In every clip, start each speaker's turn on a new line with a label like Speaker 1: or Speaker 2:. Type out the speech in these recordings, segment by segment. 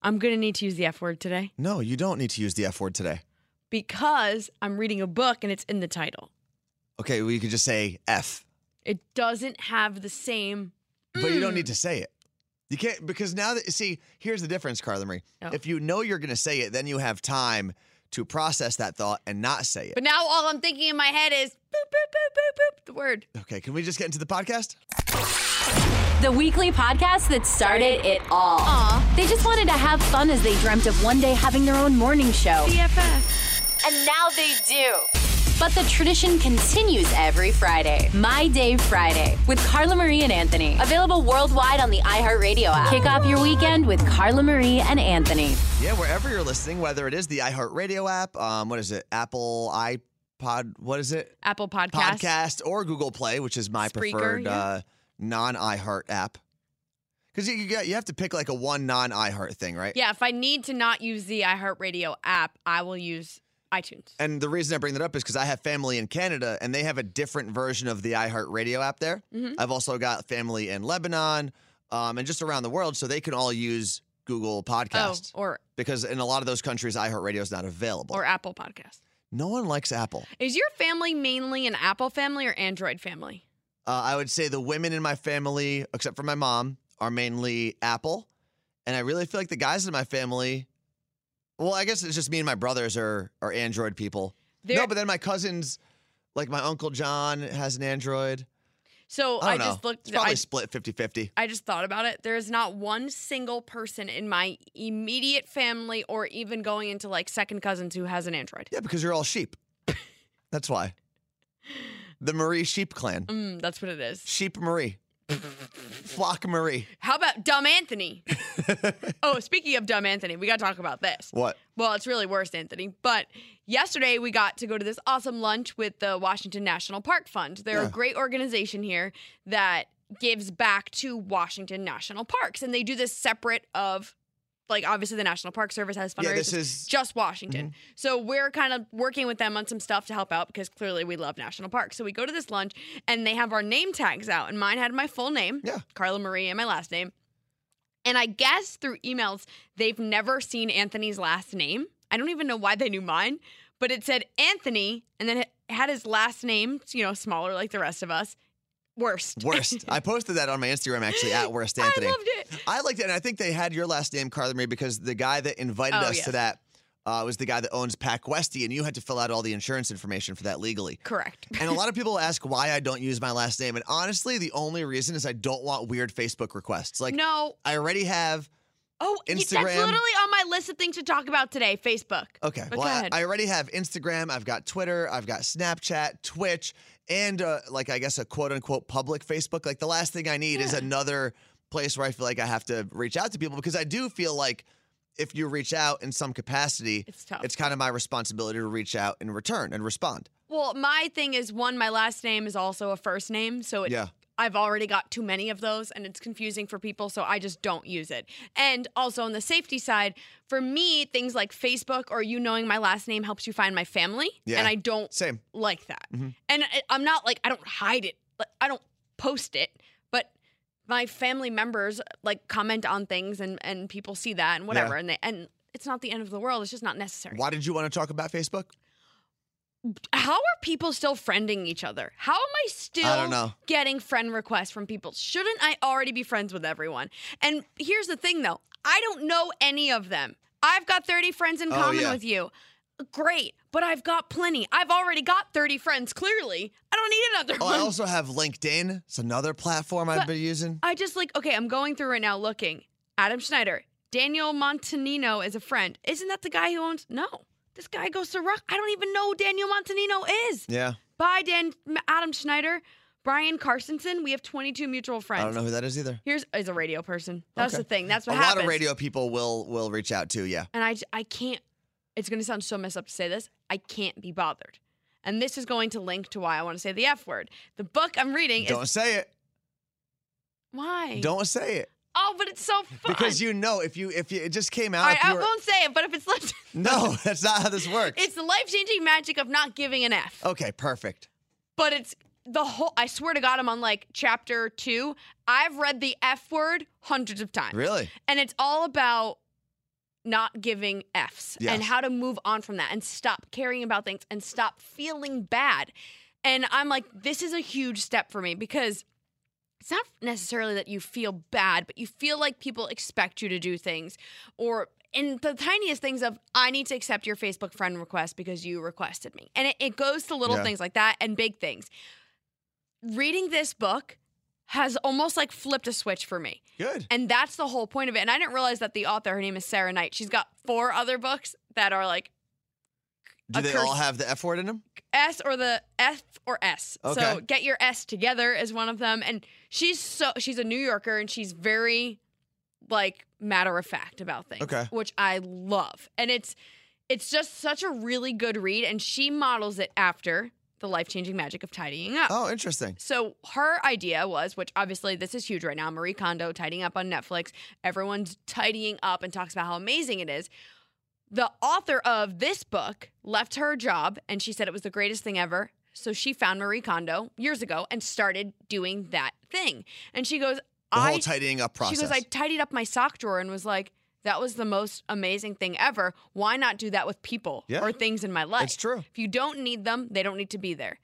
Speaker 1: I'm going to need to use the F word today
Speaker 2: No, you don't need to use the F word today.
Speaker 1: because I'm reading a book and it's in the title.
Speaker 2: Okay, well, you could just say F,
Speaker 1: It doesn't have the same.
Speaker 2: but you
Speaker 1: Mm.
Speaker 2: don't need to say it. You can't, because now that, see, here's the difference, Carla Marie.
Speaker 1: Oh.
Speaker 2: If you know you're going to say it, then you have time to process that thought and not say it.
Speaker 1: But now all I'm thinking in my head is boop, boop, boop, boop, boop, the word.
Speaker 2: okay, can we just get into the podcast?
Speaker 3: The weekly podcast that started it all. They just wanted to have fun as they dreamt of one day having their own morning show.
Speaker 1: BFF.
Speaker 3: And now they do. But the tradition continues every Friday. My Day Friday with Carla Marie and Anthony. Available worldwide on the iHeartRadio app. Kick off your weekend with Carla Marie and Anthony.
Speaker 2: Yeah, wherever you're listening, whether it is the iHeartRadio app, um, what is it, Apple iPod, what is it?
Speaker 1: Apple Podcast.
Speaker 2: podcast or Google Play, which is my
Speaker 1: Spreaker,
Speaker 2: preferred
Speaker 1: yeah.
Speaker 2: uh, non iHeart app. Because you, you got you have to pick like a one non iHeart thing, right?
Speaker 1: Yeah, if I need to not use the iHeartRadio app, I will use iTunes.
Speaker 2: And the reason I bring that up is because I have family in Canada and they have a different version of the iHeart Radio app there.
Speaker 1: Mm-hmm.
Speaker 2: I've also got family in Lebanon um, and just around the world, so they can all use Google Podcast
Speaker 1: Oh, or
Speaker 2: because in a lot of those countries, iHeartRadio is not available.
Speaker 1: or Apple Podcast.
Speaker 2: no one likes Apple.
Speaker 1: Is your family mainly an Apple family or Android family?
Speaker 2: Uh, I would say the women in my family, except for my mom, are mainly Apple. And I really feel like the guys in my family, well, I guess it's just me and my brothers are, are Android people. no,
Speaker 1: They're-
Speaker 2: but then my cousins, like my Uncle John has an Android.
Speaker 1: So
Speaker 2: I
Speaker 1: I,
Speaker 2: don't know.
Speaker 1: just looked.
Speaker 2: Oh, it's probably
Speaker 1: I,
Speaker 2: split 50 50.
Speaker 1: I just thought about it. There is not one single person in my immediate family or even going into like second cousins who has an Android.
Speaker 2: Yeah, because you're all sheep. That's why. The Marie Sheep Clan.
Speaker 1: Mm, that's what it is.
Speaker 2: Sheep Marie. Flock Marie.
Speaker 1: How about Dumb Anthony? oh, speaking of Dumb Anthony, we got to talk about this.
Speaker 2: What?
Speaker 1: Well, it's really worse, Anthony. But yesterday we got to go to this awesome lunch with the Washington National Park Fund. They're
Speaker 2: Yeah.
Speaker 1: a great organization here that gives back to Washington National Parks, and they do this separate of. Like obviously, the National Park Service has fundraisers.
Speaker 2: Yeah, this is Mm-hmm.
Speaker 1: just Washington. So we're kind of working with them on some stuff to help out because clearly we love national parks. So we go to this lunch and they have our name tags out, and mine had my full name,
Speaker 2: Yeah.
Speaker 1: Carla Marie, and my last name. And I guess through emails, they've never seen Anthony's last name. I don't even know why they knew mine, but it said Anthony and then it had his last name, you know, smaller like the rest of us. Worst.
Speaker 2: Worst. I posted that on my Instagram actually at Worst Anthony.
Speaker 1: I loved it.
Speaker 2: I liked it, and I think they had your last name, Carla Marie, because the guy that invited
Speaker 1: Oh,
Speaker 2: us
Speaker 1: yes.
Speaker 2: to that uh, was the guy that owns Pack Westy, and you had to fill out all the insurance information for that legally.
Speaker 1: Correct.
Speaker 2: And a lot of people ask why I don't use my last name, and honestly, the only reason is I don't want weird Facebook requests. Like,
Speaker 1: no.
Speaker 2: I already have.
Speaker 1: Oh, y-
Speaker 2: Instagram.
Speaker 1: that's literally on my list of things to talk about today Facebook.
Speaker 2: Okay,
Speaker 1: But
Speaker 2: well,
Speaker 1: go
Speaker 2: I,
Speaker 1: ahead.
Speaker 2: I already have Instagram. I've got Twitter. I've got Snapchat, Twitch, and uh, like I guess a quote unquote public Facebook. Like the last thing I need is
Speaker 1: Yeah.
Speaker 2: another place where I feel like I have to reach out to people because I do feel like if you reach out in some capacity,
Speaker 1: It's tough.
Speaker 2: it's kind of my responsibility to reach out in return and respond.
Speaker 1: Well, my thing is one, my last name is also a first name, so it,
Speaker 2: Yeah.
Speaker 1: I've already got too many of those and it's confusing for people, so I just don't use it. And also on the safety side, for me, things like Facebook or you knowing my last name helps you find my family,
Speaker 2: Yeah.
Speaker 1: and I don't
Speaker 2: Same.
Speaker 1: like that.
Speaker 2: Mhm.
Speaker 1: And I- I'm not like I don't hide it. Like I don't post it, but my family members like comment on things and and people see that and whatever and they and it's not the end of the world. It's just not necessary.
Speaker 2: Why did you want to talk about Facebook?
Speaker 1: how are people still friending each other? How am I still
Speaker 2: I don't know.
Speaker 1: getting friend requests from people? Shouldn't I already be friends with everyone? And here's the thing though, I don't know any of them. I've got 30 friends in
Speaker 2: Oh,
Speaker 1: common
Speaker 2: yeah.
Speaker 1: with you. Great, but I've got plenty. I've already got 30 friends, clearly. I don't need another
Speaker 2: Oh,
Speaker 1: one.
Speaker 2: I also have LinkedIn. It's another platform I've
Speaker 1: But-
Speaker 2: been using.
Speaker 1: I just like, okay, I'm going through right now looking. Adam Schneider, Daniel Montanino is a friend. Isn't that the guy who owns? No, this guy goes to Rock. I don't even know who Daniel Montanino is.
Speaker 2: Yeah.
Speaker 1: Bye, Dan, Adam Schneider, Brian Carstensen. We have 22 mutual friends.
Speaker 2: I don't know who that is either.
Speaker 1: Here's is a radio person. That's
Speaker 2: Okay.
Speaker 1: the thing. That's
Speaker 2: A
Speaker 1: what happens.
Speaker 2: lot of radio people will will reach out to. Yeah.
Speaker 1: And I j- I can't. It's going to sound so messed up to say this. I can't be bothered. And this is going to link to why I want to say the F word. The book I'm reading
Speaker 2: Don't
Speaker 1: is
Speaker 2: say it.
Speaker 1: why.
Speaker 2: Don't say it.
Speaker 1: Oh, but it's so fun.
Speaker 2: Because you know, if you if you, it just came out,
Speaker 1: All right,
Speaker 2: if you
Speaker 1: I
Speaker 2: were-
Speaker 1: won't say it, but if it's left,
Speaker 2: no, that's not how this works.
Speaker 1: it's the life changing magic of not giving an F.
Speaker 2: okay, perfect.
Speaker 1: but it's the whole I swear to God, I'm on like chapter two. I've read the F word hundreds of times.
Speaker 2: Really?
Speaker 1: And it's all about not giving F's and
Speaker 2: Yes.
Speaker 1: how to move on from that and stop caring about things and stop feeling bad. And I'm like, this is a huge step for me because it's not necessarily that you feel bad, but you feel like people expect you to do things or in the tiniest things of I need to accept your Facebook friend request because you requested me. And it, it goes to little
Speaker 2: Yeah.
Speaker 1: things like that and big things. Reading this book has almost like flipped a switch for me.
Speaker 2: Good.
Speaker 1: And that's the whole point of it. And I didn't realize that the author, her name is Sarah Knight. She's got four other books that are like
Speaker 2: Do
Speaker 1: a
Speaker 2: they all
Speaker 1: curse- Uh,
Speaker 2: have the F word in them?
Speaker 1: S or the F or S. So
Speaker 2: Okay.
Speaker 1: get your S together is one of them. And she's so she's a New Yorker and she's very like matter of fact about things.
Speaker 2: Okay.
Speaker 1: Which I love. And it's it's just such a really good read. And she models it after the life changing magic of tidying up.
Speaker 2: Oh, interesting.
Speaker 1: So her idea was, which obviously this is huge right now, Marie Kondo tidying up on Netflix. Everyone's tidying up and talks about how amazing it is. The author of this book left her job and she said it was the greatest thing ever. So she found Marie Kondo years ago and started doing that thing. And she goes,
Speaker 2: The
Speaker 1: I
Speaker 2: whole tidying up process.
Speaker 1: she goes, I tidied up my sock drawer and was like, that was the most amazing thing ever. Why not do that with people
Speaker 2: Yeah.
Speaker 1: or things in my life?
Speaker 2: It's true.
Speaker 1: If you don't need them, they don't need to be there.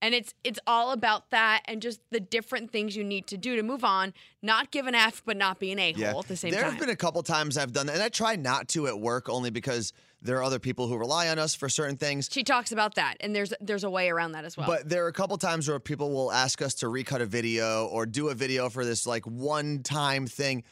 Speaker 1: And it's it's all about that and just the different things you need to do to move on, not give an F but not be an a-hole at the same
Speaker 2: there
Speaker 1: time.
Speaker 2: have been a couple times I've done that, and I try not to at work only because there are other people who rely on us for certain things.
Speaker 1: she talks about that and there's there's a way around that as well.
Speaker 2: But there are a couple times where people will ask us to recut a video or do a video for this like one time thing.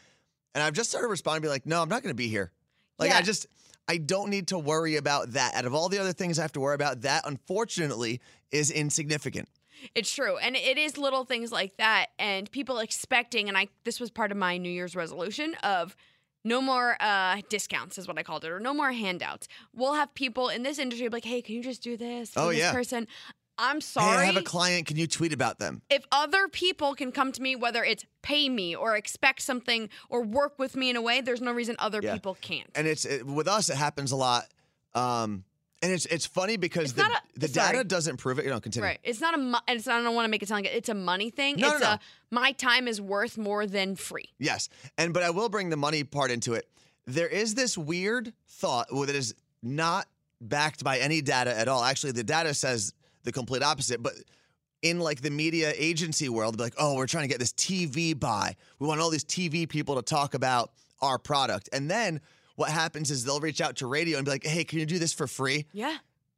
Speaker 2: And I've just started responding, be like, no, I'm not going to be here. Like,
Speaker 1: Yeah.
Speaker 2: I just, I don't need to worry about that. Out of all the other things I have to worry about, that unfortunately is insignificant.
Speaker 1: It's true. And it is little things like that and people expecting and I this was part of my New Year's resolution of no more uh, discounts is what I called it, or no more handouts. We'll have people in this industry be like, "Hey, can you just do this?" for
Speaker 2: Oh,
Speaker 1: this
Speaker 2: yeah.
Speaker 1: person, I'm
Speaker 2: Hey, I
Speaker 1: sorry.
Speaker 2: have a client. Can you tweet about them?
Speaker 1: if other people can come to me, whether it's pay me or expect something or work with me in a way, there's no reason other
Speaker 2: Yeah.
Speaker 1: people can't.
Speaker 2: And it's it, with us, it happens a lot. Um, and it's it's funny because
Speaker 1: It's
Speaker 2: the,
Speaker 1: not a-
Speaker 2: the
Speaker 1: sorry.
Speaker 2: data doesn't prove it. You know, continue.
Speaker 1: Right. It's not a, mo- and it's not, I don't want to make it sound like it's a money thing.
Speaker 2: No, no,
Speaker 1: it's
Speaker 2: no.
Speaker 1: a, my time is worth more than free.
Speaker 2: Yes. And but I will bring the money part into it. There is this weird thought well, that is not backed by any data at all. Actually, the data says the complete opposite, but in like the media agency world, like, oh, we're trying to get this TV buy. We want all these TV people to talk about our product. And then what happens is they'll reach out to radio and be like, hey, can you do this for free?
Speaker 1: Yeah.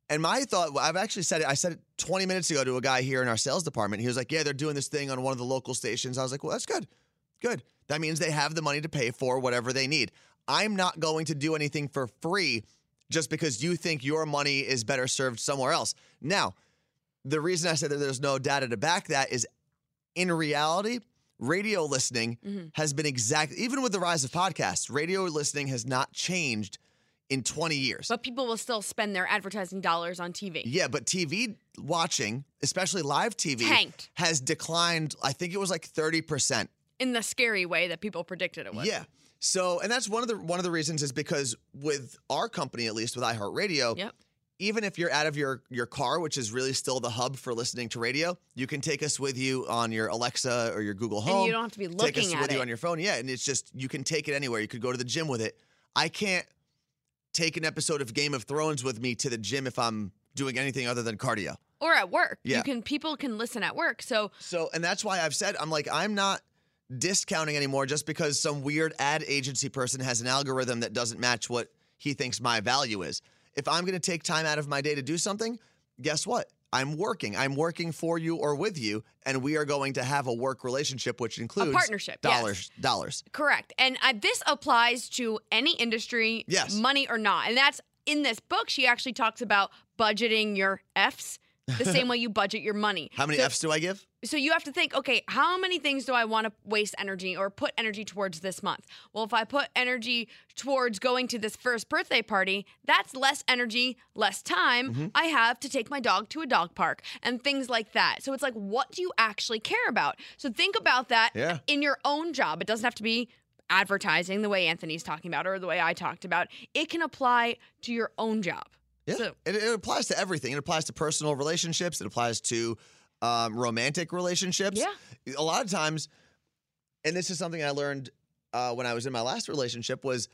Speaker 2: And my thought, well, I've actually said it, I said it 20 minutes ago to a guy here in our sales department. He was like, Yeah, they're doing this thing on one of the local stations. I was like, Well, that's good. Good. That means they have the money to pay for whatever they need. I'm not going to do anything for free just because you think your money is better served somewhere else. Now, the reason I said that there's no data to back that is in reality, radio listening has been exactly, even with the rise of podcasts, radio listening has not changed in 20 years.
Speaker 1: But people will still spend their advertising dollars on TV.
Speaker 2: Yeah, but TV watching, especially live TV,
Speaker 1: Tanked.
Speaker 2: has declined. I think it was like thirty percent.
Speaker 1: in the scary way that people predicted it would.
Speaker 2: Yeah. So, and that's one of the one of the reasons is because with our company, at least with iHeartRadio,
Speaker 1: Yep.
Speaker 2: even if you're out of your your car, which is really still the hub for listening to radio, you can take us with you on your Alexa or your Google Home.
Speaker 1: And you don't have to be
Speaker 2: Um, take
Speaker 1: looking
Speaker 2: us
Speaker 1: at
Speaker 2: with
Speaker 1: it.
Speaker 2: you on your phone. Yeah, and it's just you can take it anywhere. You could go to the gym with it. I can't take an episode of Game of Thrones with me to the gym if I'm doing anything other than cardio.
Speaker 1: or at work. You
Speaker 2: Yeah.
Speaker 1: can people can listen at work. So
Speaker 2: So, and that's why I've said I'm like I'm not discounting anymore just because some weird ad agency person has an algorithm that doesn't match what he thinks my value is. If I'm going to take time out of my day to do something, guess what? I'm working. I'm working for you or with you, and we are going to have a work relationship, which includes
Speaker 1: partnership, yes.
Speaker 2: Dollars, dollars.
Speaker 1: correct. And I, this applies to any industry,
Speaker 2: Yes.
Speaker 1: money or not. And that's in this book she actually talks about budgeting your Fs the same way you budget your money.
Speaker 2: How many
Speaker 1: so,
Speaker 2: Fs do I give?
Speaker 1: So you have to think, okay, how many things do I want to waste energy or put energy towards this month? Well, if I put energy towards going to this first birthday party, that's less energy, less time
Speaker 2: Mm-hmm.
Speaker 1: I have to take my dog to a dog park and things like that. So it's like, what do you actually care about? So think about that
Speaker 2: Yeah.
Speaker 1: in your own job. It doesn't have to be advertising the way Anthony's talking about or the way I talked about. It can apply to your own job.
Speaker 2: Yeah.
Speaker 1: So-
Speaker 2: it, it applies to everything. It applies to personal relationships. It applies to um, romantic relationships.
Speaker 1: Yeah.
Speaker 2: A lot of times, and this is something I learned uh, when I was in my last relationship was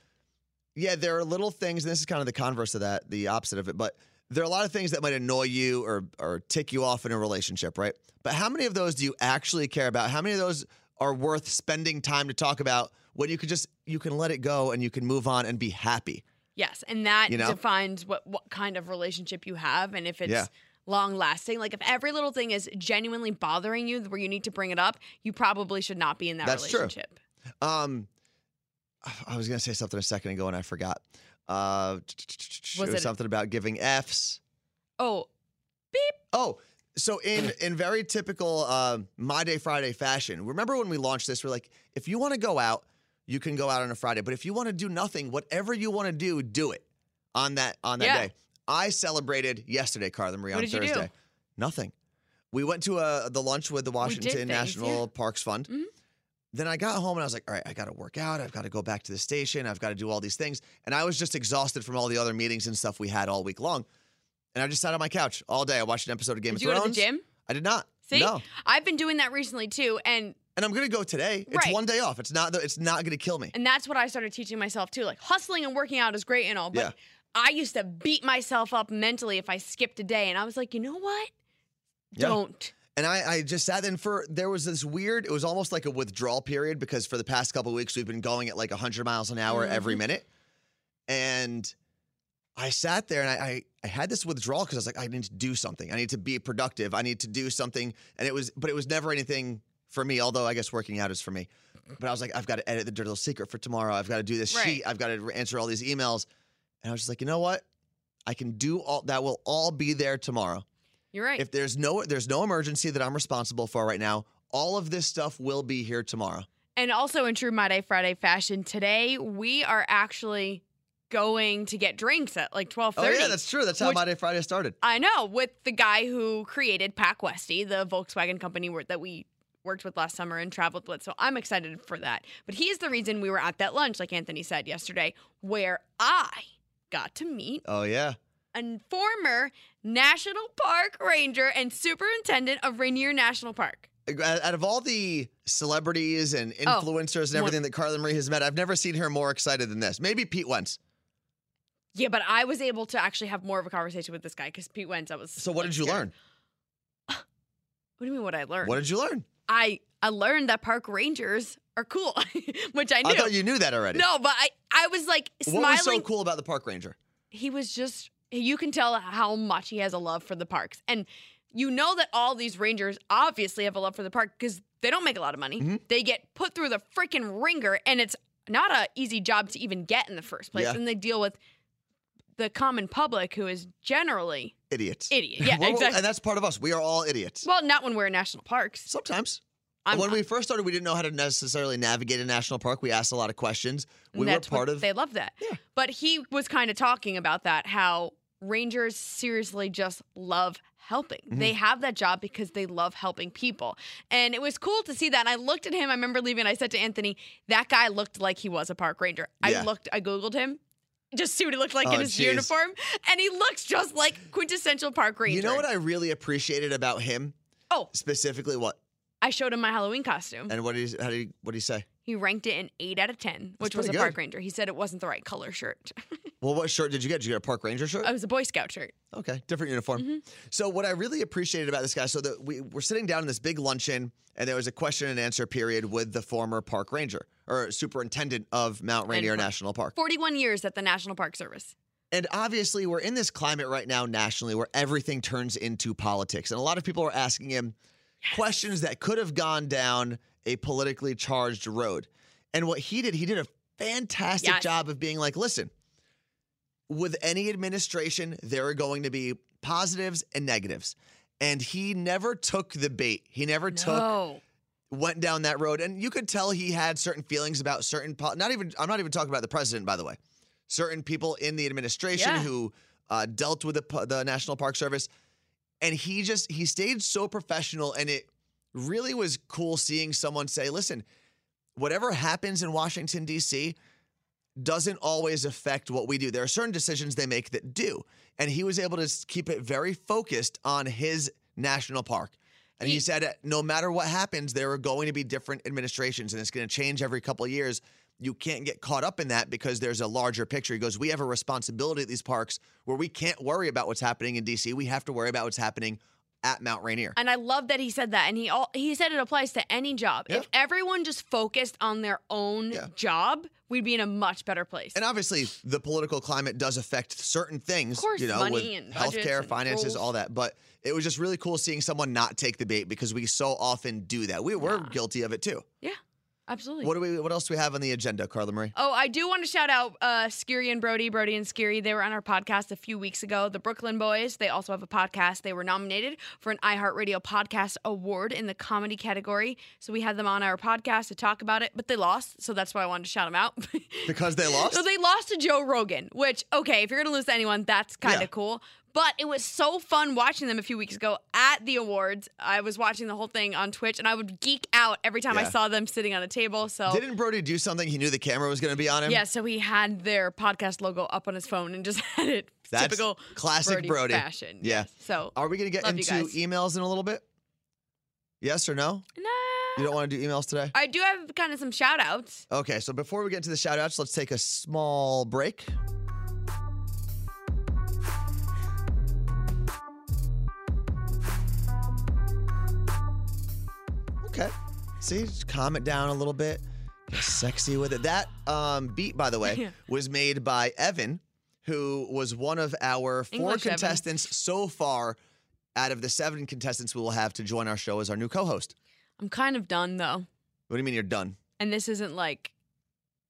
Speaker 2: yeah, there are little things. And this is kind of the converse of that, the opposite of it. But there are a lot of things that might annoy you or or tick you off in a relationship, right? But how many of those do you actually care about? How many of those are worth spending time to talk about when you could just you can let it go and you can move on and be happy?
Speaker 1: Yes, and that
Speaker 2: You know?
Speaker 1: defines what what kind of relationship you have, and if it's
Speaker 2: Yeah.
Speaker 1: long lasting. Like if every little thing is genuinely bothering you, where you need to bring it up, you probably should not be in that
Speaker 2: That's true.
Speaker 1: relationship.
Speaker 2: Um, I was gonna say something a second ago and I forgot. Uh,
Speaker 1: Was
Speaker 2: it was
Speaker 1: it-
Speaker 2: something about giving f's?
Speaker 1: Oh,
Speaker 2: Oh, so in in very typical uh, My Day Friday fashion. Remember when we launched this? We're like, if you want to go out, you can go out on a Friday. But if you want to do nothing, whatever you want to do, do it on that on that
Speaker 1: Yeah.
Speaker 2: day. I celebrated yesterday, Carla Marie,
Speaker 1: What
Speaker 2: on
Speaker 1: did you do?
Speaker 2: Thursday. Nothing. We went to uh, the lunch with the Washington
Speaker 1: things,
Speaker 2: National
Speaker 1: yeah.
Speaker 2: Parks Fund.
Speaker 1: Mhm.
Speaker 2: Then I got home and I was like, all right, I got to work out. I've got to go back to the station. I've got to do all these things. And I was just exhausted from all the other meetings and stuff we had all week long. And I just sat on my couch all day. I watched an episode of Game
Speaker 1: did
Speaker 2: of
Speaker 1: you
Speaker 2: Thrones.
Speaker 1: go to the gym?
Speaker 2: I did not.
Speaker 1: See,
Speaker 2: No.
Speaker 1: I've been doing that recently too, and
Speaker 2: And I'm gonna go today. It's
Speaker 1: Right.
Speaker 2: one day off. It's not. It's not gonna kill me.
Speaker 1: and that's what I started teaching myself too. Like hustling and working out is great and all, but
Speaker 2: Yeah.
Speaker 1: I used to beat myself up mentally if I skipped a day, and I was like, you know what?
Speaker 2: Yeah.
Speaker 1: Don't.
Speaker 2: And I, I just sat in for. There was this weird. It was almost like a withdrawal period because for the past couple weeks we've been going at like 100 miles an hour every minute, and I sat there and I, I I had this withdrawal because I was like I need to do something. I need to be productive. I need to do something. And it was, but it was never anything for me. Although I guess working out is for me. But I was like I've got to edit the dirty little secret for tomorrow. I've got to do this
Speaker 1: Right.
Speaker 2: sheet. I've got to answer all these emails. And I was just like you know what. I can do all that will all be there tomorrow.
Speaker 1: You're right.
Speaker 2: If there's no there's no emergency that I'm responsible for right now, all of this stuff will be here tomorrow.
Speaker 1: And also in true My Day Friday fashion, today we are actually going to get drinks at like twelve
Speaker 2: Oh
Speaker 1: thirty.
Speaker 2: yeah, that's true. That's how
Speaker 1: Which-
Speaker 2: My Day Friday started.
Speaker 1: I know with the guy who created Pack Westy, the Volkswagen company where, that we worked with last summer and traveled with. So I'm excited for that. But he is the reason we were at that lunch, like Anthony said yesterday, where I got to meet
Speaker 2: Oh yeah.
Speaker 1: a former National Park Ranger and Superintendent of Rainier National Park.
Speaker 2: Out of all the celebrities and
Speaker 1: Oh,
Speaker 2: influencers and
Speaker 1: one-
Speaker 2: everything that Carla Marie has met, I've never seen her more excited than this. Maybe Pete Wentz.
Speaker 1: Yeah, but I was able to actually have more of a conversation with this guy because Pete Wentz. I was
Speaker 2: So what
Speaker 1: like,
Speaker 2: did you
Speaker 1: scared.
Speaker 2: learn?
Speaker 1: What do you mean? What I learned?
Speaker 2: What did you learn?
Speaker 1: I I learned that park rangers are cool, which I knew.
Speaker 2: I thought you knew that already.
Speaker 1: no, but I I was like
Speaker 2: What
Speaker 1: smiling.
Speaker 2: was so cool about the park ranger?
Speaker 1: He was just you can tell how much he has a love for the parks, and you know that all these rangers obviously have a love for the park because they don't make a lot of money.
Speaker 2: Mhm.
Speaker 1: They get put through the freaking ringer, and it's not a easy job to even get in the first place.
Speaker 2: Yeah.
Speaker 1: And they deal with the common public who is generally
Speaker 2: Idiots.
Speaker 1: idiot. Yeah,
Speaker 2: We're-
Speaker 1: exactly.
Speaker 2: And that's part of us. We are all idiots.
Speaker 1: Well, not when we're in national parks.
Speaker 2: Sometimes.
Speaker 1: I'm
Speaker 2: when
Speaker 1: not.
Speaker 2: we first started, we didn't know how to necessarily navigate a national park. We asked a lot of questions. We were
Speaker 1: That's what-
Speaker 2: part of
Speaker 1: They love that.
Speaker 2: Yeah.
Speaker 1: But he was kind of talking about that how rangers seriously just love helping.
Speaker 2: Mm-hmm.
Speaker 1: They have that job because they love helping people. And it was cool to see that. And I looked at him. I remember leaving. I said to Anthony, that guy looked like he was a park ranger.
Speaker 2: Yeah.
Speaker 1: I looked, I Googled him. Just see what he looked like
Speaker 2: Oh,
Speaker 1: in his
Speaker 2: jeez.
Speaker 1: uniform. And he looks just like quintessential park ranger.
Speaker 2: You know what I really appreciated about him?
Speaker 1: Oh.
Speaker 2: specifically what?
Speaker 1: I showed him my Halloween costume.
Speaker 2: And what did he, how did he, what did he say?
Speaker 1: He ranked it an eight out of 10, which was a
Speaker 2: pretty
Speaker 1: park
Speaker 2: good.
Speaker 1: ranger. He said it wasn't the right color shirt.
Speaker 2: Well, what shirt did you get? Did you get a park ranger shirt?
Speaker 1: it was a Boy Scout shirt.
Speaker 2: Okay, different uniform. So what I really appreciated about this guy, so that we were sitting down in this big luncheon, and there was a question and answer period with the former park ranger or superintendent of Mount Rainier
Speaker 1: park.
Speaker 2: National Park.
Speaker 1: 41 years at the National Park Service.
Speaker 2: And obviously, we're in this climate right now nationally where everything turns into politics. And a lot of people are asking him questions that could have gone down a politically charged road. And what he did, he did a fantastic
Speaker 1: Yes.
Speaker 2: job of being like, listen, with any administration, there are going to be positives and negatives. And he never took the bait. He never took
Speaker 1: No.
Speaker 2: went down that road and you could tell he had certain feelings about certain po- not even i'm not even talking about the president by the way certain people in the administration
Speaker 1: Yeah.
Speaker 2: who uh, dealt with the, pu- the national park service and he just he stayed so professional and it really was cool seeing someone say listen whatever happens in washington d.c doesn't always affect what we do there are certain decisions they make that do and he was able to s- keep it very focused on his national park and he, "Uh,
Speaker 1: He-
Speaker 2: said, no matter what happens, there are going to be different administrations, and it's going to change every couple of years. you can't get caught up in that because there's a larger picture. He goes, We have a responsibility at these parks where we can't worry about what's happening in DC. We have to worry about what's happening at Mount Rainier.
Speaker 1: And I love that he said that. And he all, he said it applies to any job.
Speaker 2: Yeah.
Speaker 1: If everyone just focused on their own
Speaker 2: Yeah.
Speaker 1: job, we'd be in a much better place.
Speaker 2: And obviously, the political climate does affect certain things,
Speaker 1: Of course,
Speaker 2: you know,
Speaker 1: money
Speaker 2: with
Speaker 1: and budgets
Speaker 2: healthcare,
Speaker 1: and
Speaker 2: finances,
Speaker 1: rules.
Speaker 2: all that. But it was just really cool seeing someone not take the bait because we so often do that. We were guilty of it too.
Speaker 1: yeah, absolutely.
Speaker 2: What do we? What else do we have on the agenda, Carla Marie?
Speaker 1: Oh, I do want to shout out uh, Skiri and Brody, Brody and Skiri. They were on our podcast a few weeks ago. The Brooklyn Boys. They also have a podcast. They were nominated for an iHeartRadio Podcast Award in the comedy category. So we had them on our podcast to talk about it, but they lost. So that's why I wanted to shout them out.
Speaker 2: Because they lost.
Speaker 1: So they lost to Joe Rogan, which, okay, if you're going to lose to anyone, that's kind of
Speaker 2: Yeah.
Speaker 1: cool. But it was so fun watching them a few weeks ago at the awards. I was watching the whole thing on Twitch and I would geek out every time I
Speaker 2: Yeah.
Speaker 1: saw them sitting on a table. So
Speaker 2: Didn't Brody do something? He knew the camera was going to be on him.
Speaker 1: yeah, so he had their podcast logo up on his phone and just had it
Speaker 2: That's
Speaker 1: typical
Speaker 2: classic
Speaker 1: Brody,
Speaker 2: Brody.
Speaker 1: fashion.
Speaker 2: Yeah. Oh.
Speaker 1: Yes. So
Speaker 2: Are we going to get
Speaker 1: Love you
Speaker 2: into
Speaker 1: guys.
Speaker 2: emails in a little bit? Yes or no? You
Speaker 1: no,
Speaker 2: don't want to do emails today?
Speaker 1: uh, I do have kind of some shout outs.
Speaker 2: Okay, so before we get to the shout outs, let's take a small break. Okay. See, just calm it down a little bit. Get sexy with it. That um, beat, by the way,
Speaker 1: Yeah.
Speaker 2: was made by Evan, who was one of our four
Speaker 1: English Evan.
Speaker 2: contestants so far out of the seven contestants we will have to join our show as our new co host.
Speaker 1: I'm kind of done though.
Speaker 2: What do you mean you're done?
Speaker 1: And this isn't like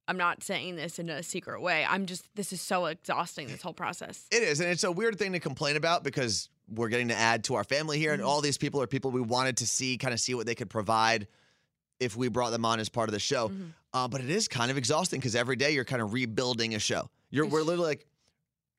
Speaker 1: I'm not saying this in a secret way. I'm just this is so exhausting this whole process.
Speaker 2: It is, and it's a weird thing to complain about because we're getting to add to our family here, and all these people are people we wanted to see, kind of see what they could provide if we brought them on as part of the show. Uh, but it is kind of exhausting because every day you're kind of rebuilding a show. You're we're literally like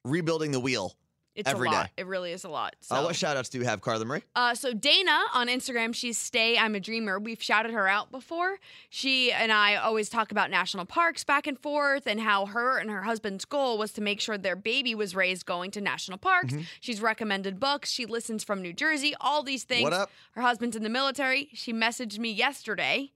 Speaker 2: rebuilding the wheel.
Speaker 1: It's
Speaker 2: Every
Speaker 1: a
Speaker 2: day.
Speaker 1: lot. It really is a lot. So
Speaker 2: Uh, what shout outs do you have, Carla Marie?
Speaker 1: Uh, so Dana on Instagram, she's Stay I'm a Dreamer. We've shouted her out before. She and I always talk about national parks back and forth and how her and her husband's goal was to make sure their baby was raised going to national parks.
Speaker 2: Mm-hmm.
Speaker 1: She's recommended books. She listens from New Jersey, all these things.
Speaker 2: What up?
Speaker 1: Her husband's in the military. She messaged me yesterday.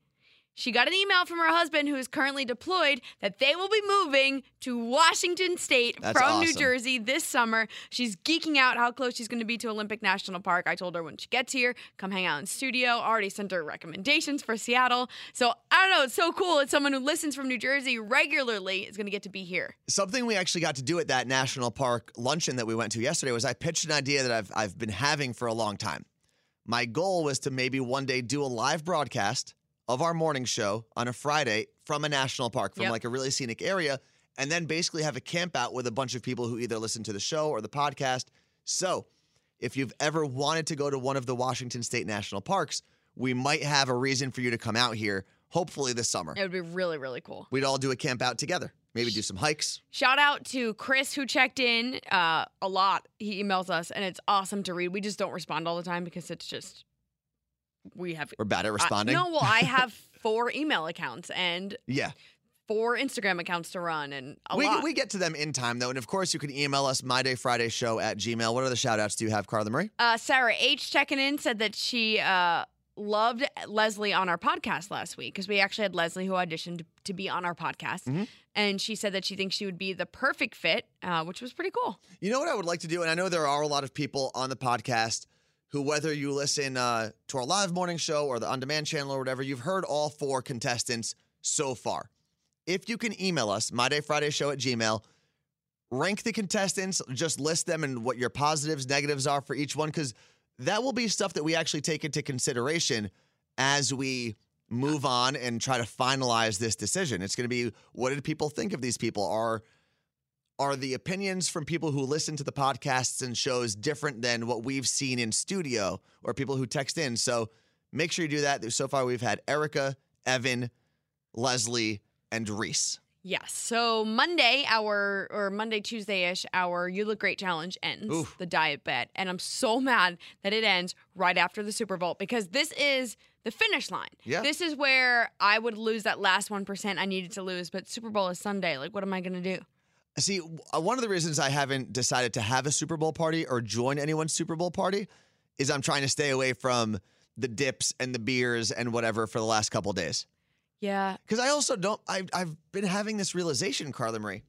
Speaker 1: She got an email from her husband, who is currently deployed, that they will be moving to Washington State
Speaker 2: That's
Speaker 1: from New
Speaker 2: awesome.
Speaker 1: Jersey. Jersey this summer. She's geeking out how close she's going to be to Olympic National Park. I told her when she gets here, come hang out in studio. Already sent her recommendations for Seattle. So I don't know. It's so cool. It's someone who listens from New Jersey regularly is going to get to be here.
Speaker 2: Something we actually got to do at that national park luncheon that we went to yesterday was I pitched an idea that I've I've been having for a long time. My goal was to maybe one day do a live broadcast of our morning show on a Friday from a national park, from
Speaker 1: Yep.
Speaker 2: like a really scenic area, and then basically have a camp out with a bunch of people who either listen to the show or the podcast. So, if you've ever wanted to go to one of the Washington State National Parks, we might have a reason for you to come out here, hopefully this summer.
Speaker 1: It would be really, really cool.
Speaker 2: We'd all do a camp out together, maybe do some hikes.
Speaker 1: Shout out to Chris who checked in uh, a lot. He emails us, and it's awesome to read. We just don't respond all the time because it's just we have
Speaker 2: We're bad at
Speaker 1: I-
Speaker 2: responding.
Speaker 1: no, well, I have four email accounts and
Speaker 2: Yeah.
Speaker 1: four Instagram accounts to run, and a
Speaker 2: We,
Speaker 1: lot.
Speaker 2: we get to them in time, though. And of course, you can email us show at gmail. What other shout outs do you have, Carla Marie?
Speaker 1: Uh, Sarah H checking in said that she uh, loved Leslie on our podcast last week because we actually had Leslie who auditioned to be on our podcast,
Speaker 2: Mm-hmm.
Speaker 1: and she said that she thinks she would be the perfect fit, uh, which was pretty cool.
Speaker 2: You know what I would like to do? And I know there are a lot of people on the podcast who, whether you listen uh, to our live morning show or the on demand channel or whatever, you've heard all four contestants so far. If you can email us, show at gmail, rank the contestants, just list them and what your positives, negatives are for each one, because that will be stuff that we actually take into consideration as we move on and try to finalize this decision. It's going to be what did people think of these people? Are are the opinions from people who listen to the podcasts and shows different than what we've seen in studio or people who text in? So make sure you do that. So far, we've had Erica, Evan, Leslie, and Reese.
Speaker 1: Yes. So Monday, our or Monday Tuesday ish, our You Look Great challenge ends
Speaker 2: Oof.
Speaker 1: the diet bet, and I'm so mad that it ends right after the Super Bowl because this is the finish line.
Speaker 2: Yeah.
Speaker 1: This is where I would lose that last one percent I needed to lose, but Super Bowl is Sunday. Like, what am I gonna do?
Speaker 2: See, w- uh, one of the reasons I haven't decided to have a Super Bowl party or join anyone's Super Bowl party is I'm trying to stay away from the dips and the beers and whatever for the last couple days.
Speaker 1: Yeah.
Speaker 2: Because I also don't, I, I've been having this realization, Carla Marie.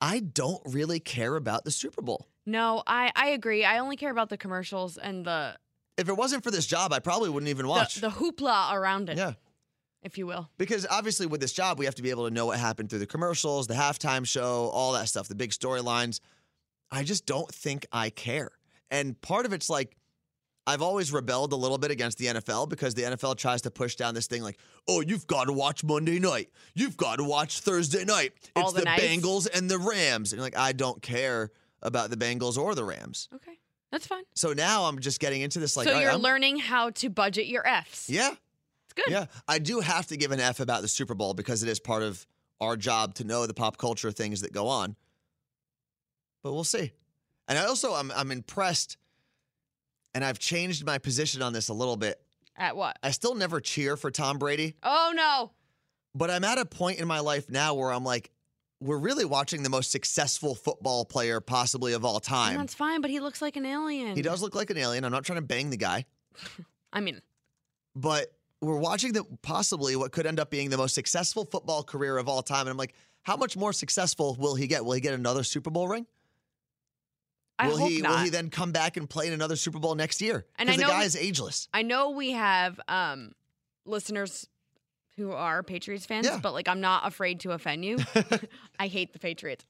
Speaker 2: I don't really care about the Super Bowl.
Speaker 1: No, I I agree. I only care about the commercials and the
Speaker 2: If it wasn't for this job, I probably wouldn't even watch.
Speaker 1: the, the hoopla around it,
Speaker 2: yeah.
Speaker 1: if you will.
Speaker 2: Because obviously, with this job, we have to be able to know what happened through the commercials, the halftime show, all that stuff, the big storylines. I just don't think I care. And part of it's like, I've always rebelled a little bit against the NFL because the NFL tries to push down this thing like, oh, you've got to watch Monday night. You've got to watch Thursday night. It's
Speaker 1: All the
Speaker 2: the
Speaker 1: nights.
Speaker 2: Bengals and the Rams. And you're like, I don't care about the Bengals or the Rams.
Speaker 1: Okay. That's fine.
Speaker 2: So now I'm just getting into this like,
Speaker 1: so
Speaker 2: all right,
Speaker 1: you're
Speaker 2: I'm-
Speaker 1: learning how to budget your Fs.
Speaker 2: yeah,
Speaker 1: It's good.
Speaker 2: yeah, I do have to give an F about the Super Bowl because it is part of our job to know the pop culture things that go on. But we'll see. And I also I'm I'm impressed and I've changed my position on this a little bit.
Speaker 1: At what?
Speaker 2: I still never cheer for Tom Brady,
Speaker 1: Oh no.
Speaker 2: but I'm at a point in my life now where I'm like we're really watching the most successful football player possibly of all
Speaker 1: And
Speaker 2: time.
Speaker 1: that's fine, but he looks like an alien.
Speaker 2: He does look like an alien. I'm not trying to bang the guy.
Speaker 1: I mean,
Speaker 2: but we're watching the possibly what could end up being the most successful football career of all time. And I'm like, how much more successful will he get? Will he get another Super Bowl ring?
Speaker 1: I
Speaker 2: will
Speaker 1: hope
Speaker 2: he
Speaker 1: not.
Speaker 2: will he then come back and play in another Super Bowl next year?
Speaker 1: And I
Speaker 2: Because the
Speaker 1: know
Speaker 2: guy
Speaker 1: he-
Speaker 2: is ageless.
Speaker 1: I know we have um, listeners who are Patriots fans,
Speaker 2: Yeah.
Speaker 1: but like I'm not afraid to offend you. I hate the Patriots.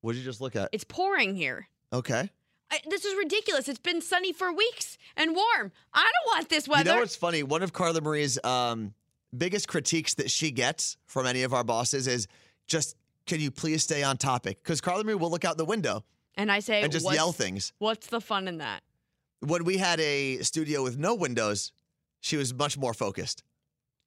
Speaker 2: What did you just look at?
Speaker 1: It's pouring here.
Speaker 2: Okay.
Speaker 1: I, this is ridiculous. It's been sunny for weeks and warm. I don't want this
Speaker 2: You know
Speaker 1: weather.
Speaker 2: what's funny? One of Carla Marie's um, biggest critiques that she gets from any of our bosses is just can you please stay on topic? Because Carla Marie will look out the window
Speaker 1: and I say,
Speaker 2: and just
Speaker 1: what's,
Speaker 2: yell things.
Speaker 1: what's the fun in that?
Speaker 2: When we had a studio with no windows, she was much more focused.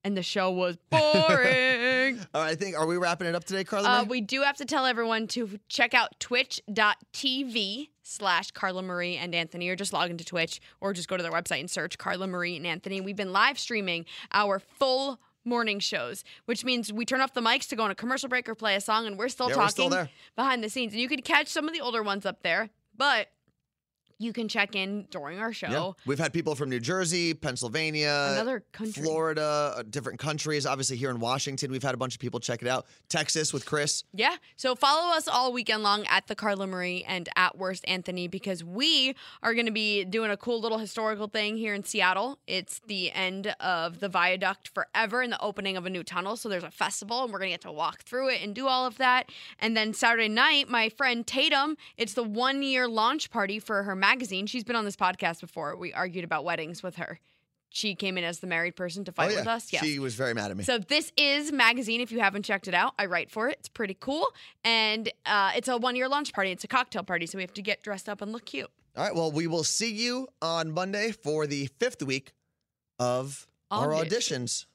Speaker 1: And the show was boring.
Speaker 2: All right, I think are we wrapping it up today, Carla?
Speaker 1: Uh,
Speaker 2: Marie?
Speaker 1: we do have to tell everyone to check out twitch.tv slash Carla Marie and Anthony, or just log into Twitch, or just go to their website and search Carla Marie and Anthony. We've been live streaming our full morning shows, which means we turn off the mics to go on a commercial break or play a song, and we're still
Speaker 2: Yeah,
Speaker 1: talking
Speaker 2: we're still there.
Speaker 1: behind the scenes. And you could catch some of the older ones up there, but you can check in during our show.
Speaker 2: Yeah. We've had people from New Jersey, Pennsylvania,
Speaker 1: Another country.
Speaker 2: Florida, uh, different countries. Obviously, here in Washington, we've had a bunch of people check it out. Texas with Chris.
Speaker 1: Yeah. So follow us all weekend long at the Carla Marie and at Worst Anthony because we are going to be doing a cool little historical thing here in Seattle. It's the end of the viaduct forever and the opening of a new tunnel. So there's a festival and we're going to get to walk through it and do all of that. And then Saturday night, my friend Tatum, it's the one year launch party for her magazine. She's been on this podcast before. We argued about weddings with her. She came in as the married person to fight with us. Yes.
Speaker 2: Oh, She was very mad at me.
Speaker 1: So this is magazine. If you haven't checked it out, I write for it. It's pretty cool, and uh, it's a one-year launch party. It's a cocktail party, so we have to get dressed up and look cute
Speaker 2: All right, well, we will see you on Monday for the fifth week of our
Speaker 1: Audition.
Speaker 2: auditions.